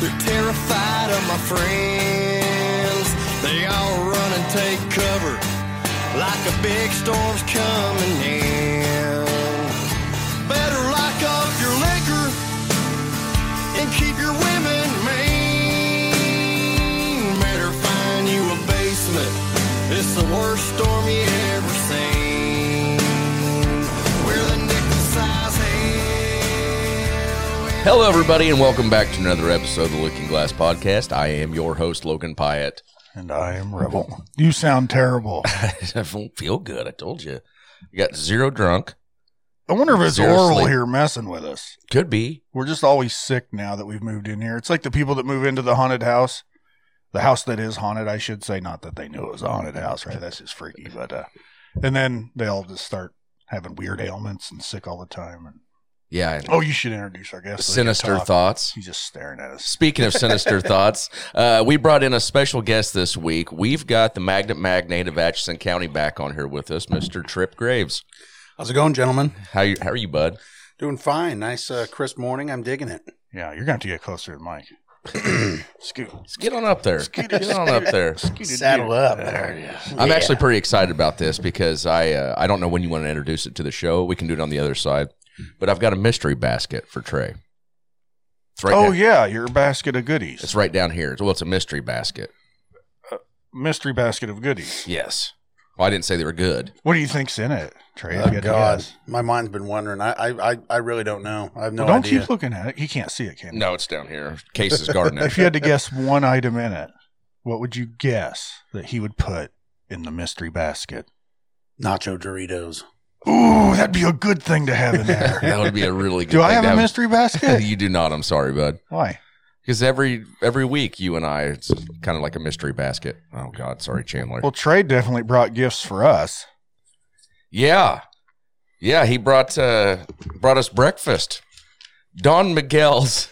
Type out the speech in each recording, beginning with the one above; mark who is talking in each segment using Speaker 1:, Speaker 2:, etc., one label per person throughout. Speaker 1: They're terrified of my friends. They all run and take cover like a big storm's coming in. Better lock up your liquor and keep your women mean. Better find you a basement. It's the worst storm you ever seen. We're the nickel-sized hell.
Speaker 2: Hello, everybody, and welcome back to another episode of the Looking Glass Podcast. I am your host, Logan Pyatt.
Speaker 3: And I am Rebel. You sound terrible.
Speaker 2: I don't feel good. I told you. You got zero drunk.
Speaker 3: I wonder if it's
Speaker 2: Seriously.
Speaker 3: Oral here messing with us.
Speaker 2: Could be.
Speaker 3: We're just always sick now that we've moved in here. It's like the people that move into the haunted house. The house that is haunted, I should say, not that they knew it was a haunted house, right? That's just freaky. But uh and then they all just start having weird ailments and sick all the time. And
Speaker 2: Yeah. and
Speaker 3: oh, you should introduce our guest.
Speaker 2: sinister
Speaker 3: thought.
Speaker 2: thoughts.
Speaker 3: He's just staring at us.
Speaker 2: Speaking of sinister thoughts, uh, we brought in a special guest this week. We've got the magnet magnate of Atchison County back on here with us, Mr. Trip Graves.
Speaker 4: How's it going, gentlemen?
Speaker 2: How you, how are you, bud?
Speaker 4: Doing fine. Nice, uh, crisp morning. I'm digging it.
Speaker 3: Yeah, you're gonna have to get closer to the mic. Scoot.
Speaker 2: Let's get on up there.
Speaker 3: Scoot
Speaker 2: Get on up there.
Speaker 4: Saddle up.
Speaker 3: There it is.
Speaker 2: I'm actually pretty excited about this because I uh, I don't know when you want to introduce it to the show. We can do it on the other side, but I've got a mystery basket for Trey. It's right.
Speaker 3: Oh
Speaker 2: down,
Speaker 3: yeah, your basket of goodies.
Speaker 2: It's right down here. Well, it's a mystery basket.
Speaker 3: mystery basket of goodies.
Speaker 2: Yes. Well, I didn't say they were good.
Speaker 3: What do you think's in it, Trey? If you
Speaker 4: Oh,
Speaker 3: had to
Speaker 4: God.
Speaker 3: guess.
Speaker 4: My mind's been wondering. I, I, I, I really don't know. I have no
Speaker 3: Well, don't
Speaker 4: idea.
Speaker 3: keep looking at it. You can't see it, can you?
Speaker 2: No, it's down here. Case's garden.
Speaker 3: If you had to guess one item in it, what would you guess that he would put in the mystery basket?
Speaker 4: Nacho Doritos.
Speaker 3: Ooh, that'd be a good thing to have in there.
Speaker 2: that would be a really good.
Speaker 3: do I
Speaker 2: thing
Speaker 3: have
Speaker 2: to
Speaker 3: a mystery basket?
Speaker 2: you do not. I'm sorry, bud.
Speaker 3: Why?
Speaker 2: Because every every week you and I, it's kind of like a mystery basket. Oh God, sorry, Chandler.
Speaker 3: Well, Trey definitely brought gifts for us.
Speaker 2: yeah, yeah. He brought uh, brought us breakfast. Don Miguel's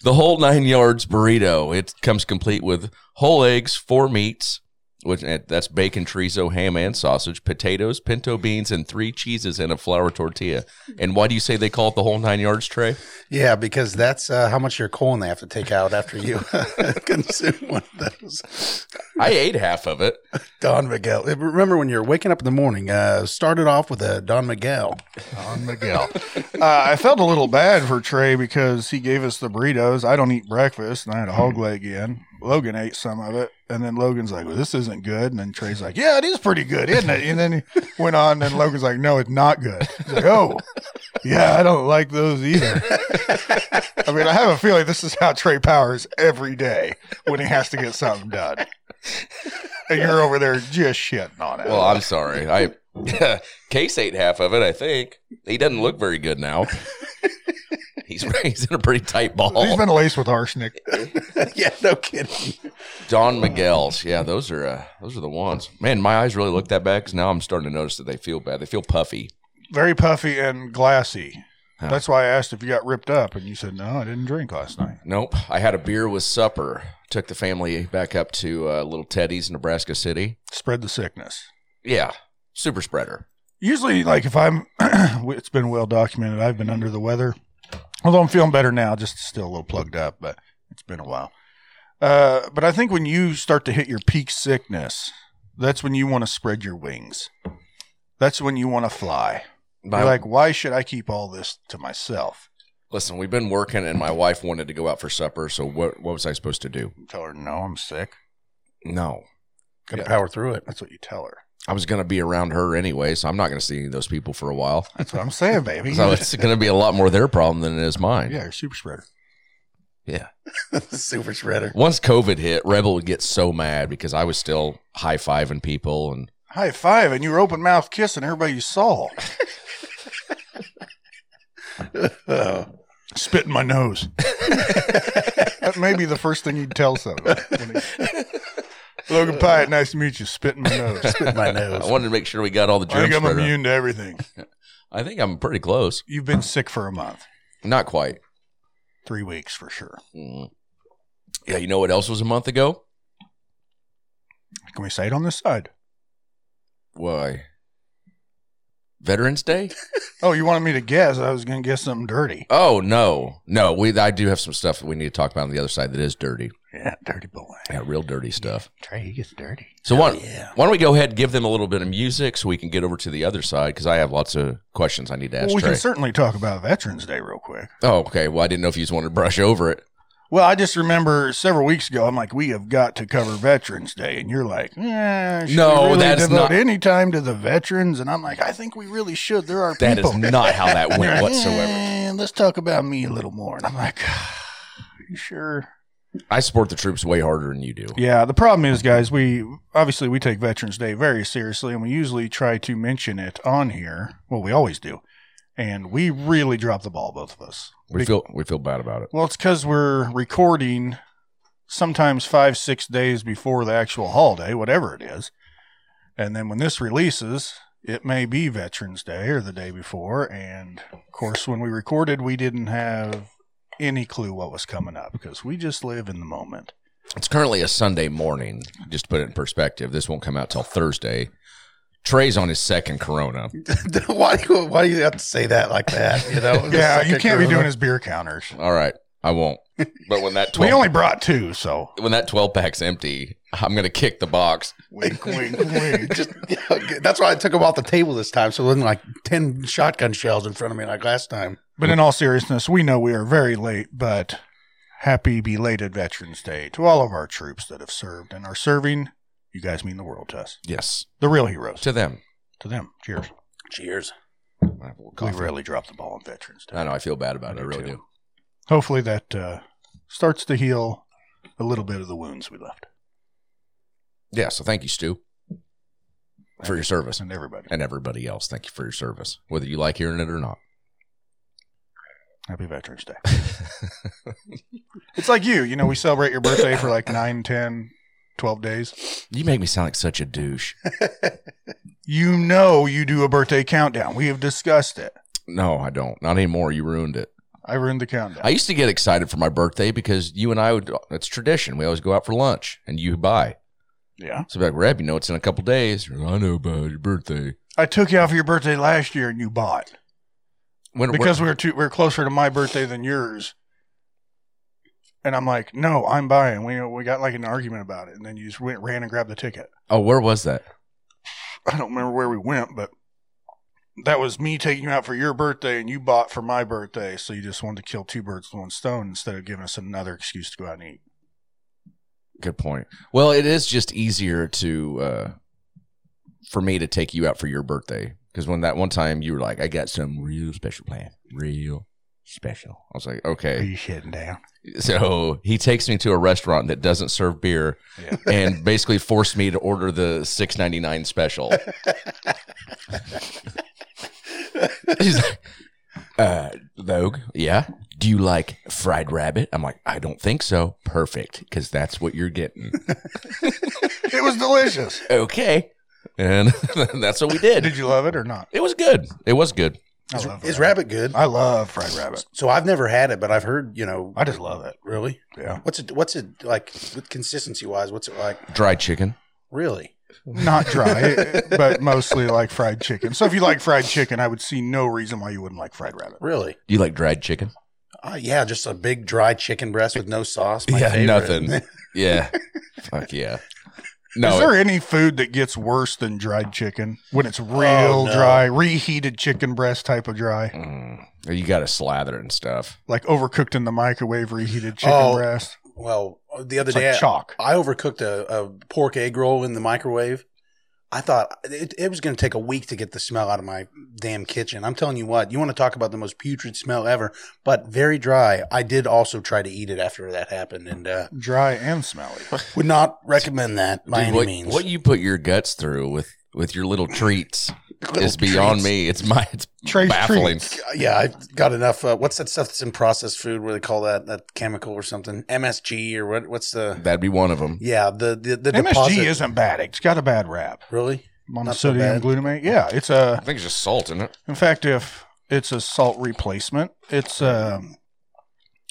Speaker 2: the whole nine yards burrito. It comes complete with whole eggs, four meats, which eh, that's bacon, chorizo, ham, and sausage, potatoes, pinto beans, and three cheeses and a flour tortilla. And why do you say they call it the whole nine yards tray?
Speaker 4: Yeah, because that's uh, how much of your colon they have to take out after you consume one of those.
Speaker 2: I ate half of it.
Speaker 4: Don Miguel. Remember when you're waking up in the morning, uh, started off with a Don Miguel.
Speaker 3: Don Miguel. uh, I felt a little bad for Trey because he gave us the burritos. I don't eat breakfast, and I had a hog leg in. Logan ate some of it, and then Logan's like, "Well, this isn't good." And then Trey's like, "Yeah, it is pretty good, isn't it?" And then he went on, and Logan's like, "No, it's not good." He's like, "Oh, yeah, I don't like those either." I mean, I have a feeling this is how Trey powers every day when he has to get something done. And you're over there just shitting on it.
Speaker 2: Well, I'm sorry. I Case ate half of it. I think he doesn't look very good now. He's he's in a pretty tight ball.
Speaker 3: He's been laced with arsenic.
Speaker 2: Eh,
Speaker 4: yeah, no kidding.
Speaker 2: Don Miguel's. Yeah, those are uh, those are the ones. Man, my eyes really look that bad because now I'm starting to notice that they feel bad. They feel puffy.
Speaker 3: very puffy and glassy.
Speaker 2: Huh.
Speaker 3: That's why I asked if you got ripped up, and you said no, I didn't drink last night.
Speaker 2: Nope. I had a beer with supper. Took the family back up to uh, Little Teddy's, Nebraska City.
Speaker 3: Spread the sickness.
Speaker 2: Yeah, super spreader.
Speaker 3: Usually, like if I'm, it's been well documented. I've been under the weather, although I'm feeling better now. Just still a little plugged up, but it's been a while. Uh, but I think when you start to hit your peak sickness, that's when you want to spread your wings. That's when you want to fly.
Speaker 2: My-
Speaker 3: You're like, why should I keep all this to myself?
Speaker 2: listen, we've been working, and my wife wanted to go out for supper. So what what was I supposed to do?
Speaker 3: Tell her no, I'm sick.
Speaker 2: No,
Speaker 4: Gotta
Speaker 2: Yeah.
Speaker 4: power through it.
Speaker 3: That's what you tell her.
Speaker 2: I was going to be around her anyway, so I'm not going to see any of those people for a while.
Speaker 3: That's what I'm saying, baby.
Speaker 2: So it's going to be a lot more their problem than it is mine.
Speaker 3: yeah, you're a super spreader.
Speaker 4: Super shredder.
Speaker 2: Once COVID hit, Rebel would get so mad because I was still high fiving people, and
Speaker 3: high five and you were open mouth kissing everybody you saw.
Speaker 4: Oh.
Speaker 3: Spit in my nose. that may be the first thing he'd tell someone. when he- Logan Pyatt, nice to meet you. Spit in my nose.
Speaker 4: With my
Speaker 2: I
Speaker 4: nose.
Speaker 2: wanted to make sure we got all the
Speaker 3: I
Speaker 2: germs.
Speaker 3: think I'm immune to everything.
Speaker 2: I think I'm pretty close.
Speaker 3: You've been sick for a month,
Speaker 2: Not quite.
Speaker 3: three weeks for sure.
Speaker 4: Hmm.
Speaker 2: Mm. Yeah, you know what else was a month ago?
Speaker 3: Can we say it on this side?
Speaker 2: Why? Veterans Day?
Speaker 3: Oh, you wanted me to guess. I was going to guess something dirty.
Speaker 2: Oh no, no. We I do have some stuff that we need to talk about on the other side that is dirty.
Speaker 3: Yeah, dirty boy.
Speaker 2: Yeah, real dirty stuff.
Speaker 4: Trey, he gets dirty.
Speaker 2: So why, why don't we go ahead and give them a little bit of music so we can get over to the other side because I have lots of questions I need to ask
Speaker 3: Well, we
Speaker 2: Trey.
Speaker 3: can certainly talk about Veterans Day real quick.
Speaker 2: oh, okay. Well, I didn't know if you just wanted to brush over it.
Speaker 3: Well, I just remember several weeks ago, I'm like, we have got to cover Veterans Day, and you're like, eh, should
Speaker 2: No,
Speaker 3: we really
Speaker 2: that is
Speaker 3: devote
Speaker 2: not-
Speaker 3: any time to the veterans, and I'm like, I think we really should. There are
Speaker 2: That is
Speaker 3: people.
Speaker 2: not how that
Speaker 3: And you're
Speaker 2: went
Speaker 3: like,
Speaker 2: whatsoever.
Speaker 3: "Eh, let's talk about me a little more, and I'm like, "Ah, you sure?
Speaker 2: I support the troops way harder than you do.
Speaker 3: Yeah, the problem is, guys, we obviously we take Veterans Day very seriously, and we usually try to mention it on here. Well, we always do, and we really drop the ball, both of us.
Speaker 2: We feel we feel bad about it.
Speaker 3: Well, it's because we're recording sometimes five, six days before the actual holiday, whatever it is. And then when this releases, it may be Veterans Day or the day before. And of course, when we recorded, we didn't have any clue what was coming up because we just live in the moment.
Speaker 2: It's currently a Sunday morning. Just to put it in perspective, this won't come out till Thursday. Trey's on his second Corona.
Speaker 4: why, do you, why do you have to say that like that? You know,
Speaker 3: Yeah, you can't be doing
Speaker 4: it.
Speaker 3: his beer counters.
Speaker 2: All right, I won't. But when that 12,
Speaker 3: We only brought two, so
Speaker 2: when that twelve pack's empty, I'm gonna kick the box.
Speaker 3: wink, wink, wink.
Speaker 4: Just, yeah, that's why I took him off the table this time. So it wasn't like 10 shotgun shells in front of me like last time.
Speaker 3: But in all seriousness, we know we are very late, but happy belated Veterans Day to all of our troops that have served and are serving. You guys mean the world to us.
Speaker 2: Yes,
Speaker 3: The real heroes.
Speaker 2: to them.
Speaker 3: To them. Cheers.
Speaker 4: Cheers.
Speaker 3: We really dropped the ball on Veterans Day.
Speaker 2: I know. I feel bad about it. I really do.
Speaker 3: Hopefully that uh, starts to heal a little bit of the wounds we left.
Speaker 2: Yeah. So thank you, Stu, for your service,
Speaker 3: And everybody.
Speaker 2: and everybody else. Thank you for your service, whether you like hearing it or not.
Speaker 3: Happy Veterans Day. it's like you. You know, we celebrate your birthday for like 9, 10, 12 days.
Speaker 2: You make me sound like such a douche.
Speaker 3: You know you do a birthday countdown. We have discussed it.
Speaker 2: No, I don't. Not anymore. You ruined it.
Speaker 3: I ruined the countdown.
Speaker 2: I used to get excited for my birthday because you and I would. It's tradition. We always go out for lunch, and you buy.
Speaker 3: yeah.
Speaker 2: So I'd be like, Reb, you know, it's in a couple days. You're like, I know about your birthday.
Speaker 3: I took you out for your birthday last year and you bought
Speaker 2: When
Speaker 3: because we were too, we were closer to my birthday than yours. And I'm like, no, I'm buying. We we got like an argument about it, and then you just went ran and grabbed the ticket.
Speaker 2: oh, where was that?
Speaker 3: I don't remember where we went, but that was me taking you out for your birthday, and you bought for my birthday. So you just wanted to kill two birds with one stone instead of giving us another excuse to go out and eat.
Speaker 2: Good point. Well, it is just easier to uh, for me to take you out for your birthday because when that one time you were like, "I got some real special plan, real special," I was like,
Speaker 3: Are
Speaker 2: "Okay."
Speaker 3: you shitting down?
Speaker 2: So he takes me to a restaurant that doesn't serve beer
Speaker 3: Yeah.
Speaker 2: and basically forced me to order the six ninety nine special. He's like, uh, Vogue, yeah. Do you like fried rabbit? I'm like, I don't think so. Perfect, because that's what you're getting.
Speaker 3: It was delicious.
Speaker 2: okay. And that's what we did.
Speaker 3: Did you love it or not?
Speaker 2: It was good. It was good.
Speaker 3: I
Speaker 4: Is,
Speaker 3: love
Speaker 4: is
Speaker 3: rabbit.
Speaker 4: rabbit good?
Speaker 3: I love fried rabbit.
Speaker 4: So I've never had it, but I've heard, you know.
Speaker 3: I just love it.
Speaker 4: Really?
Speaker 3: Yeah,
Speaker 4: What's it, what's it like consistency wise? What's it like?
Speaker 2: Dried chicken.
Speaker 4: Really?
Speaker 3: not dry, but mostly like fried chicken. So if you like fried chicken, I would see no reason why you wouldn't like fried rabbit.
Speaker 4: Really?
Speaker 2: Do you like dried chicken?
Speaker 4: Uh, yeah, just a big dry chicken breast with no sauce. My
Speaker 2: Yeah,
Speaker 4: favorite.
Speaker 2: nothing. Yeah. Fuck yeah.
Speaker 3: Is
Speaker 2: No,
Speaker 3: there any food that gets worse than dried chicken when it's real
Speaker 4: Oh, no.
Speaker 3: dry, reheated chicken breast type of dry,
Speaker 2: mm, you got to slather it and stuff.
Speaker 3: like overcooked in the microwave, reheated chicken
Speaker 4: Oh,
Speaker 3: breast?
Speaker 4: Well, the other
Speaker 3: It's
Speaker 4: day
Speaker 3: like chalk.
Speaker 4: I overcooked a, a pork egg roll in the microwave. I thought it, it was going to take a week to get the smell out of my damn kitchen. I'm telling you what, you want to talk about the most putrid smell ever, but very dry. I did also try to eat it after that happened, and uh,
Speaker 3: Dry and smelly.
Speaker 4: would not recommend that by
Speaker 2: Dude,
Speaker 4: any
Speaker 2: what,
Speaker 4: means.
Speaker 2: what you put your guts through with with your little treats is beyond me. It's my it's
Speaker 3: Trace
Speaker 2: baffling.
Speaker 4: Uh, Yeah, I've got enough. Uh, what's that stuff that's in processed food? What do they call that? That chemical or something? MSG or what? What's the?
Speaker 2: That'd be one of them.
Speaker 4: Yeah, the the, the
Speaker 3: MSG
Speaker 4: deposit.
Speaker 3: isn't bad. It's got a bad rap.
Speaker 4: really. Not so
Speaker 3: Monosodium
Speaker 4: bad.
Speaker 3: glutamate. Yeah, it's a.
Speaker 2: I think it's just salt, isn't it?
Speaker 3: In fact, if it's a salt replacement, it's um,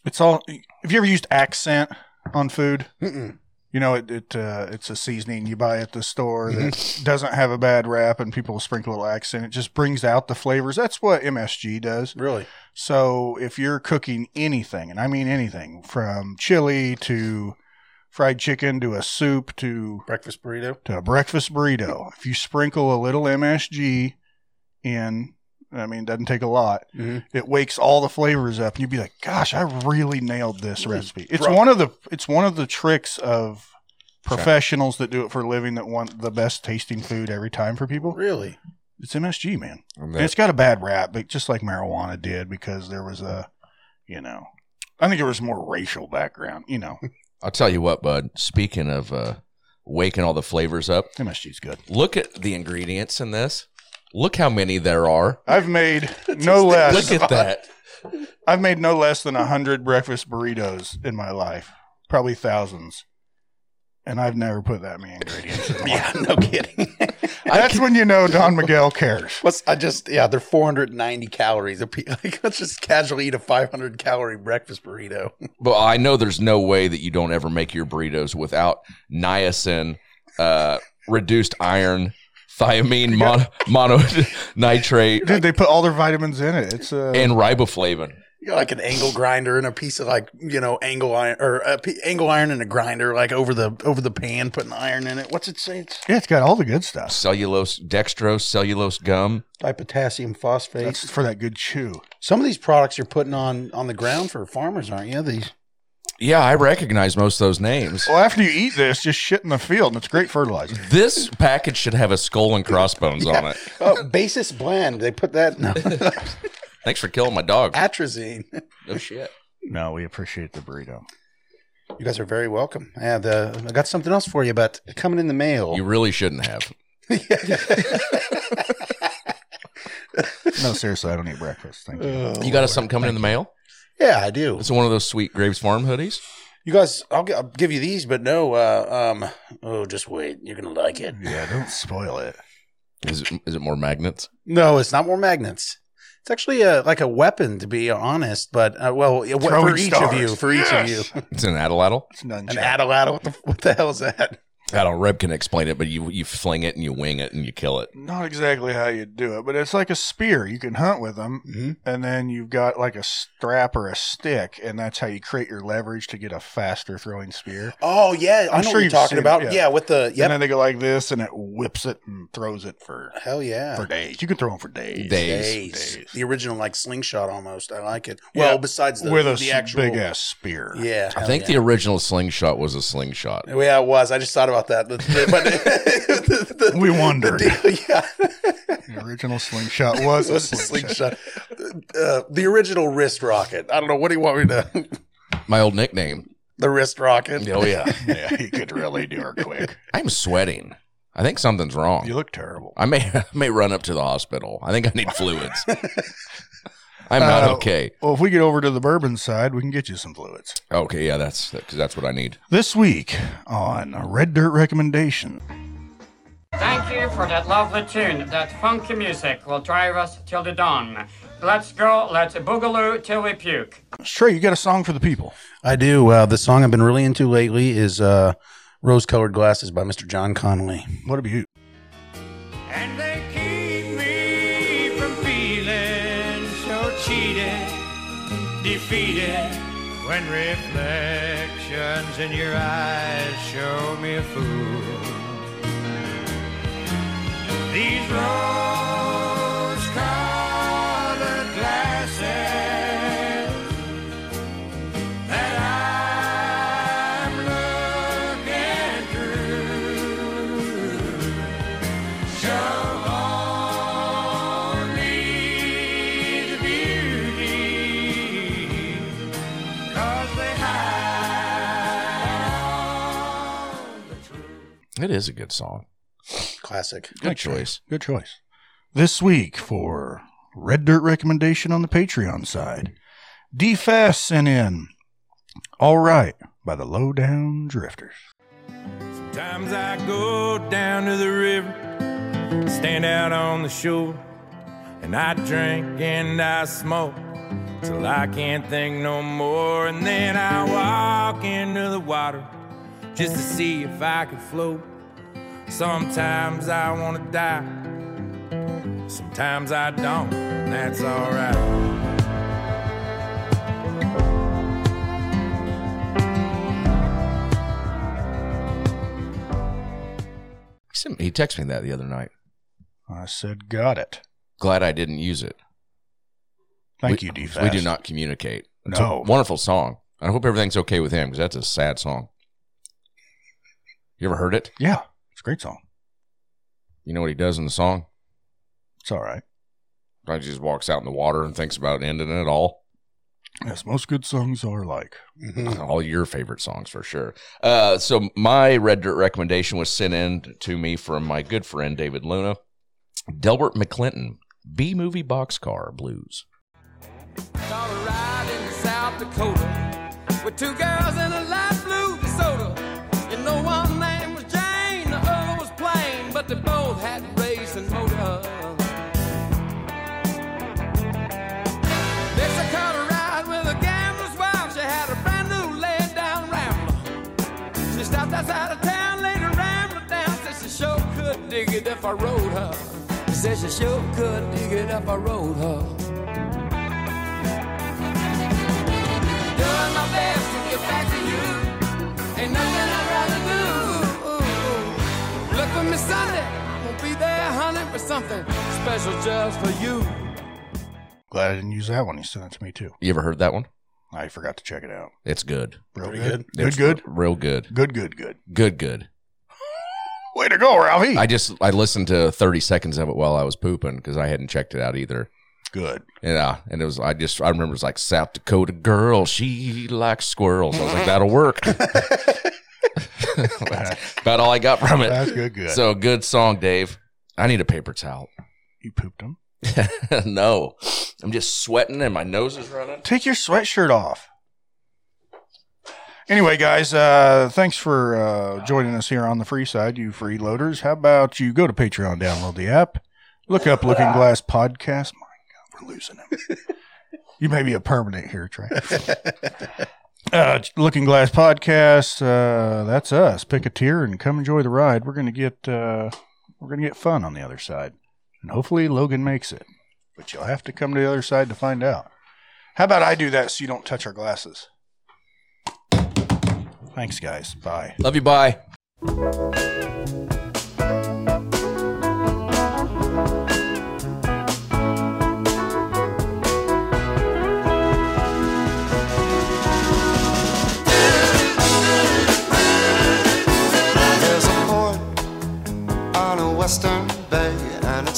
Speaker 3: it's all. Have you ever used accent on food?
Speaker 4: Mm-mm.
Speaker 3: You know, it, it uh, it's a seasoning you buy at the store that doesn't have a bad rap, and people sprinkle a little accent. It just brings out the flavors. That's what MSG does.
Speaker 4: Really?
Speaker 3: So if you're cooking anything, and I mean anything, from chili to fried chicken to a soup to
Speaker 4: Breakfast burrito.
Speaker 3: to a breakfast burrito, if you sprinkle a little MSG in, I mean, it doesn't take a lot.
Speaker 4: Mhm.
Speaker 3: It wakes all the flavors up, and you'd be like, "Gosh, I really nailed this
Speaker 2: Mm-hmm.
Speaker 3: recipe." It's
Speaker 4: bro-
Speaker 3: one of the it's one of the tricks of professionals that do it for a living that want the best tasting food every time for people.
Speaker 4: Really?
Speaker 3: It's MSG, man.
Speaker 2: And
Speaker 3: And it's got a bad rap, but just like marijuana did, because there was a, you know, I think there was more racial background. You know,
Speaker 2: I'll tell you what, bud. Speaking of uh, waking all the flavors up,
Speaker 3: MSG's good.
Speaker 2: look at the ingredients in this. Look how many there are.
Speaker 3: I've made no
Speaker 2: Look
Speaker 3: less.
Speaker 2: at that.
Speaker 3: I've made no less than a hundred breakfast burritos in my life, probably thousands, and I've never put that many ingredients. In yeah,
Speaker 4: No kidding.
Speaker 3: that's when you know Don Miguel cares.
Speaker 4: What's I just yeah? They're 490 calories. a pe- Like, let's just casually eat a 500 calorie breakfast burrito.
Speaker 2: But I know there's no way that you don't ever make your burritos without niacin, uh, reduced iron, thiamine, mon- mononitrate,
Speaker 3: Dude, they put all their vitamins in it. It's uh,
Speaker 2: and riboflavin.
Speaker 4: You got like an angle grinder and a piece of like you know angle iron or a p- angle iron and a grinder like over the over the pan putting iron in it. What's it say? It's
Speaker 3: yeah, it's got all the good stuff.
Speaker 2: cellulose, dextrose, cellulose gum.
Speaker 4: dipotassium phosphate.
Speaker 3: That's for that good chew.
Speaker 4: Some of these products you're putting on on the ground for farmers, aren't you? These
Speaker 2: Yeah, I recognize most of those names.
Speaker 3: Well, after you eat this, just shit in the field, and it's great fertilizer.
Speaker 2: This package should have a skull and crossbones on it.
Speaker 4: oh, basis blend. They put that no
Speaker 2: Thanks for killing my dog.
Speaker 4: atrazine.
Speaker 2: No shit.
Speaker 3: No, we appreciate the burrito.
Speaker 4: You guys are very welcome. And uh, I got something else for you, but coming in the mail.
Speaker 2: You really shouldn't have.
Speaker 3: No, seriously, I don't eat breakfast. Thank you.
Speaker 2: You got us something coming in the mail?
Speaker 4: Oh. yeah, I do.
Speaker 2: It's one of those sweet Graves Farm hoodies.
Speaker 4: You guys, I'll, gi- I'll give you these, but no. Uh, um, oh, just wait. You're gonna like it.
Speaker 3: Yeah, don't spoil it.
Speaker 2: Is it, is it more magnets?
Speaker 4: No, it's not more magnets. It's actually a, like a weapon, to be honest. But uh, well, yeah, what- for
Speaker 3: Throwing
Speaker 4: each
Speaker 3: stars.
Speaker 4: of you, for each
Speaker 3: Yes.
Speaker 4: of you,
Speaker 2: It's an Adelatl.
Speaker 3: It's none.
Speaker 4: an addle addle. What the, what the hell is that?
Speaker 2: I don't. Reb can explain it, but you you fling it and you wing it and you kill it.
Speaker 3: Not exactly how you do it, but it's like a spear. You can hunt with them,
Speaker 4: Mhm.
Speaker 3: and then you've got like a strap or a stick, and that's how you create your leverage to get a faster throwing spear.
Speaker 4: Oh yeah,
Speaker 3: I'm
Speaker 4: I
Speaker 3: sure
Speaker 4: know what you're
Speaker 3: you've
Speaker 4: talking
Speaker 3: seen it,
Speaker 4: about.
Speaker 3: yeah.
Speaker 4: yeah. with the
Speaker 3: And
Speaker 4: yep.
Speaker 3: then they go like this, and it whips it and throws it for
Speaker 4: Hell yeah.
Speaker 3: for days. Uh, You can throw them for
Speaker 2: Days.
Speaker 3: days.
Speaker 4: Days.
Speaker 3: Days.
Speaker 4: The original like slingshot almost. I like it.
Speaker 3: Yeah,
Speaker 4: Well, besides the
Speaker 3: with a
Speaker 4: the actual
Speaker 3: big ass spear.
Speaker 4: Yeah.
Speaker 2: I think the original slingshot was a slingshot.
Speaker 4: the Yeah, it was. I just thought about that. The- the- But the, the-
Speaker 3: We wondered.
Speaker 4: the- yeah.
Speaker 3: The original slingshot was
Speaker 4: It was a slingshot. Uh, the original wrist rocket. I don't know. What do you want me to?
Speaker 2: My old nickname.
Speaker 4: The wrist rocket.
Speaker 2: Oh yeah.
Speaker 3: yeah, you could really do her quick.
Speaker 2: I'm sweating. I think something's wrong.
Speaker 3: You look terrible.
Speaker 2: I may I may run up to the hospital. I think I need fluids. I'm not
Speaker 3: Uh,
Speaker 2: okay.
Speaker 3: Well, if we get over to the bourbon side, we can get you some fluids.
Speaker 2: Okay, yeah, that's because that's what I need.
Speaker 3: This week on Red Dirt Recommendation.
Speaker 5: Thank you for that lovely tune. That funky music will drive us till the dawn. Let's go, let's boogaloo till we puke.
Speaker 3: Trey, you got a song for the people.
Speaker 4: I do. Uh, the song I've been really into lately is uh, "Rose Colored Glasses" by Mr. John Connolly.
Speaker 3: What about you?
Speaker 6: And they keep me from feeling so cheated, defeated. When reflections in your eyes show me a fool. These rose colored glasses that I'm looking through. only the beauty, 'cause they hide all the truth.
Speaker 2: It is a good song.
Speaker 4: Classic.
Speaker 2: Good choice.
Speaker 3: Good choice. This week for Red Dirt recommendation on the Patreon side, DFAS sent in All Right by the Lowdown Drifters.
Speaker 6: Times I go down to the river, stand out on the shore, and I drink and I smoke till I can't think no more. And then I walk into the water just to see if I can float. Sometimes I want to die, sometimes I don't, and that's alright.
Speaker 2: He sent- He texted me that the other night.
Speaker 3: I said, Got it.
Speaker 2: Glad I didn't use it.
Speaker 3: Thank
Speaker 2: We-
Speaker 3: you, DFAS.
Speaker 2: We do not communicate. It's
Speaker 3: No.
Speaker 2: a wonderful song. I hope everything's okay with him because that's a sad song. You ever heard it?
Speaker 3: Yeah, it's a great song.
Speaker 2: You know what he does in the song?
Speaker 3: It's all right.
Speaker 2: He just walks out in the water and thinks about ending it all.
Speaker 3: Yes, most good songs are like.
Speaker 4: Mhm.
Speaker 2: All your favorite songs for sure. Uh, so my red dirt recommendation was sent in to me from my good friend David Luna, Delbert McClinton, B movie boxcar blues.
Speaker 6: Saw a ride in South Dakota with two girls in a light blue Minnesota. And the one name was Jane, the other was plain, but they both had racing motors. This I caught a ride with a gambler's wife. She had a brand new laid down rambler. She stopped outside of town, laid a rambler down. Said she sure could dig it if I rode her. She said she sure could dig it if I rode her. Doing my best to get back to you. Ain't nothing I'd rather do. Look for me Sunday. Won't be there, honey, for something special just for you.
Speaker 3: Glad I didn't use that one. He sent it to me too.
Speaker 2: You ever heard that one?
Speaker 3: I forgot to check it out.
Speaker 2: It's good.
Speaker 3: Real
Speaker 4: Pretty
Speaker 3: good.
Speaker 2: It's
Speaker 3: Good, good,
Speaker 2: Real good.
Speaker 3: good, good, good.
Speaker 2: Good, good.
Speaker 3: Way to go, Ralphie.
Speaker 2: I just I listened to 30 seconds of it while I was pooping because I hadn't checked it out either.
Speaker 3: good.
Speaker 2: Yeah, and it was I just I remember it was like South Dakota girl, she likes squirrels. I was like, that'll work. That's about all I got from it.
Speaker 3: That's good, good.
Speaker 2: So good song, Dave. I need a paper towel.
Speaker 3: you pooped him.
Speaker 2: no, I'm just sweating and my nose is running.
Speaker 3: Take your sweatshirt off. Anyway, guys, uh, thanks for uh, joining us here on the free side, you freeloaders. How about you go to Patreon, download the app, look up Looking Glass Podcast. My God, we're losing him. you may be a permanent here, Trey. Uh, Looking Glass Podcast. Uh, that's us. Pick a tier and come enjoy the ride. We're gonna get uh, we're gonna get fun on the other side, and hopefully Logan makes it. But you'll have to come to the other side to find out. How about I do that so you don't touch our glasses? Thanks, guys. Bye.
Speaker 2: Love you, bye.
Speaker 7: There's a port on a western bay, and it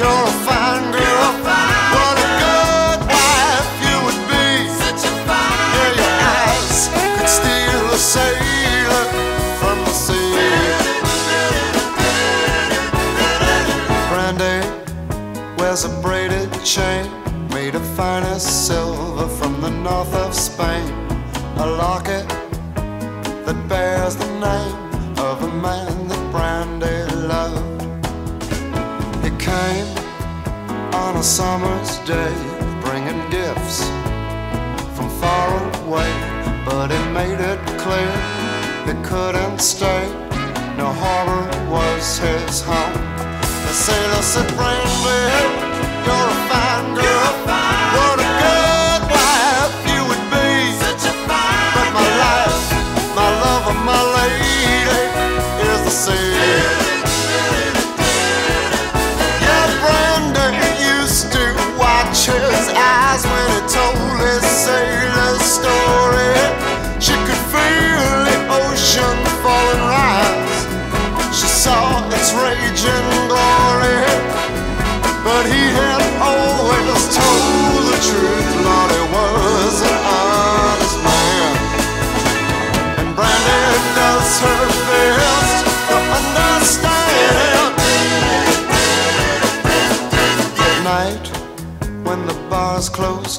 Speaker 7: you're a fine girl. What a good wife you would be. Such a fine Yeah, your eyes could steal a sailor from the sea. Brandy wears a braided chain made of finest silver from the north of Spain. A locket that bears the name of a man that Brandy loved. He came on a summer's day, bringing gifts from far away, but he made it clear he couldn't stay. No harbor was his home. The sailor said, Brandy, you're a fine girl. What a good wife you would be. Such a fine But my life my love of my lady is the sea. Yeah, Brenda used to watch his rage and glory. But he had always told the truth. Lord, he was an honest man. And Brandy does her best to understand it. At night, when the bars close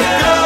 Speaker 7: a girl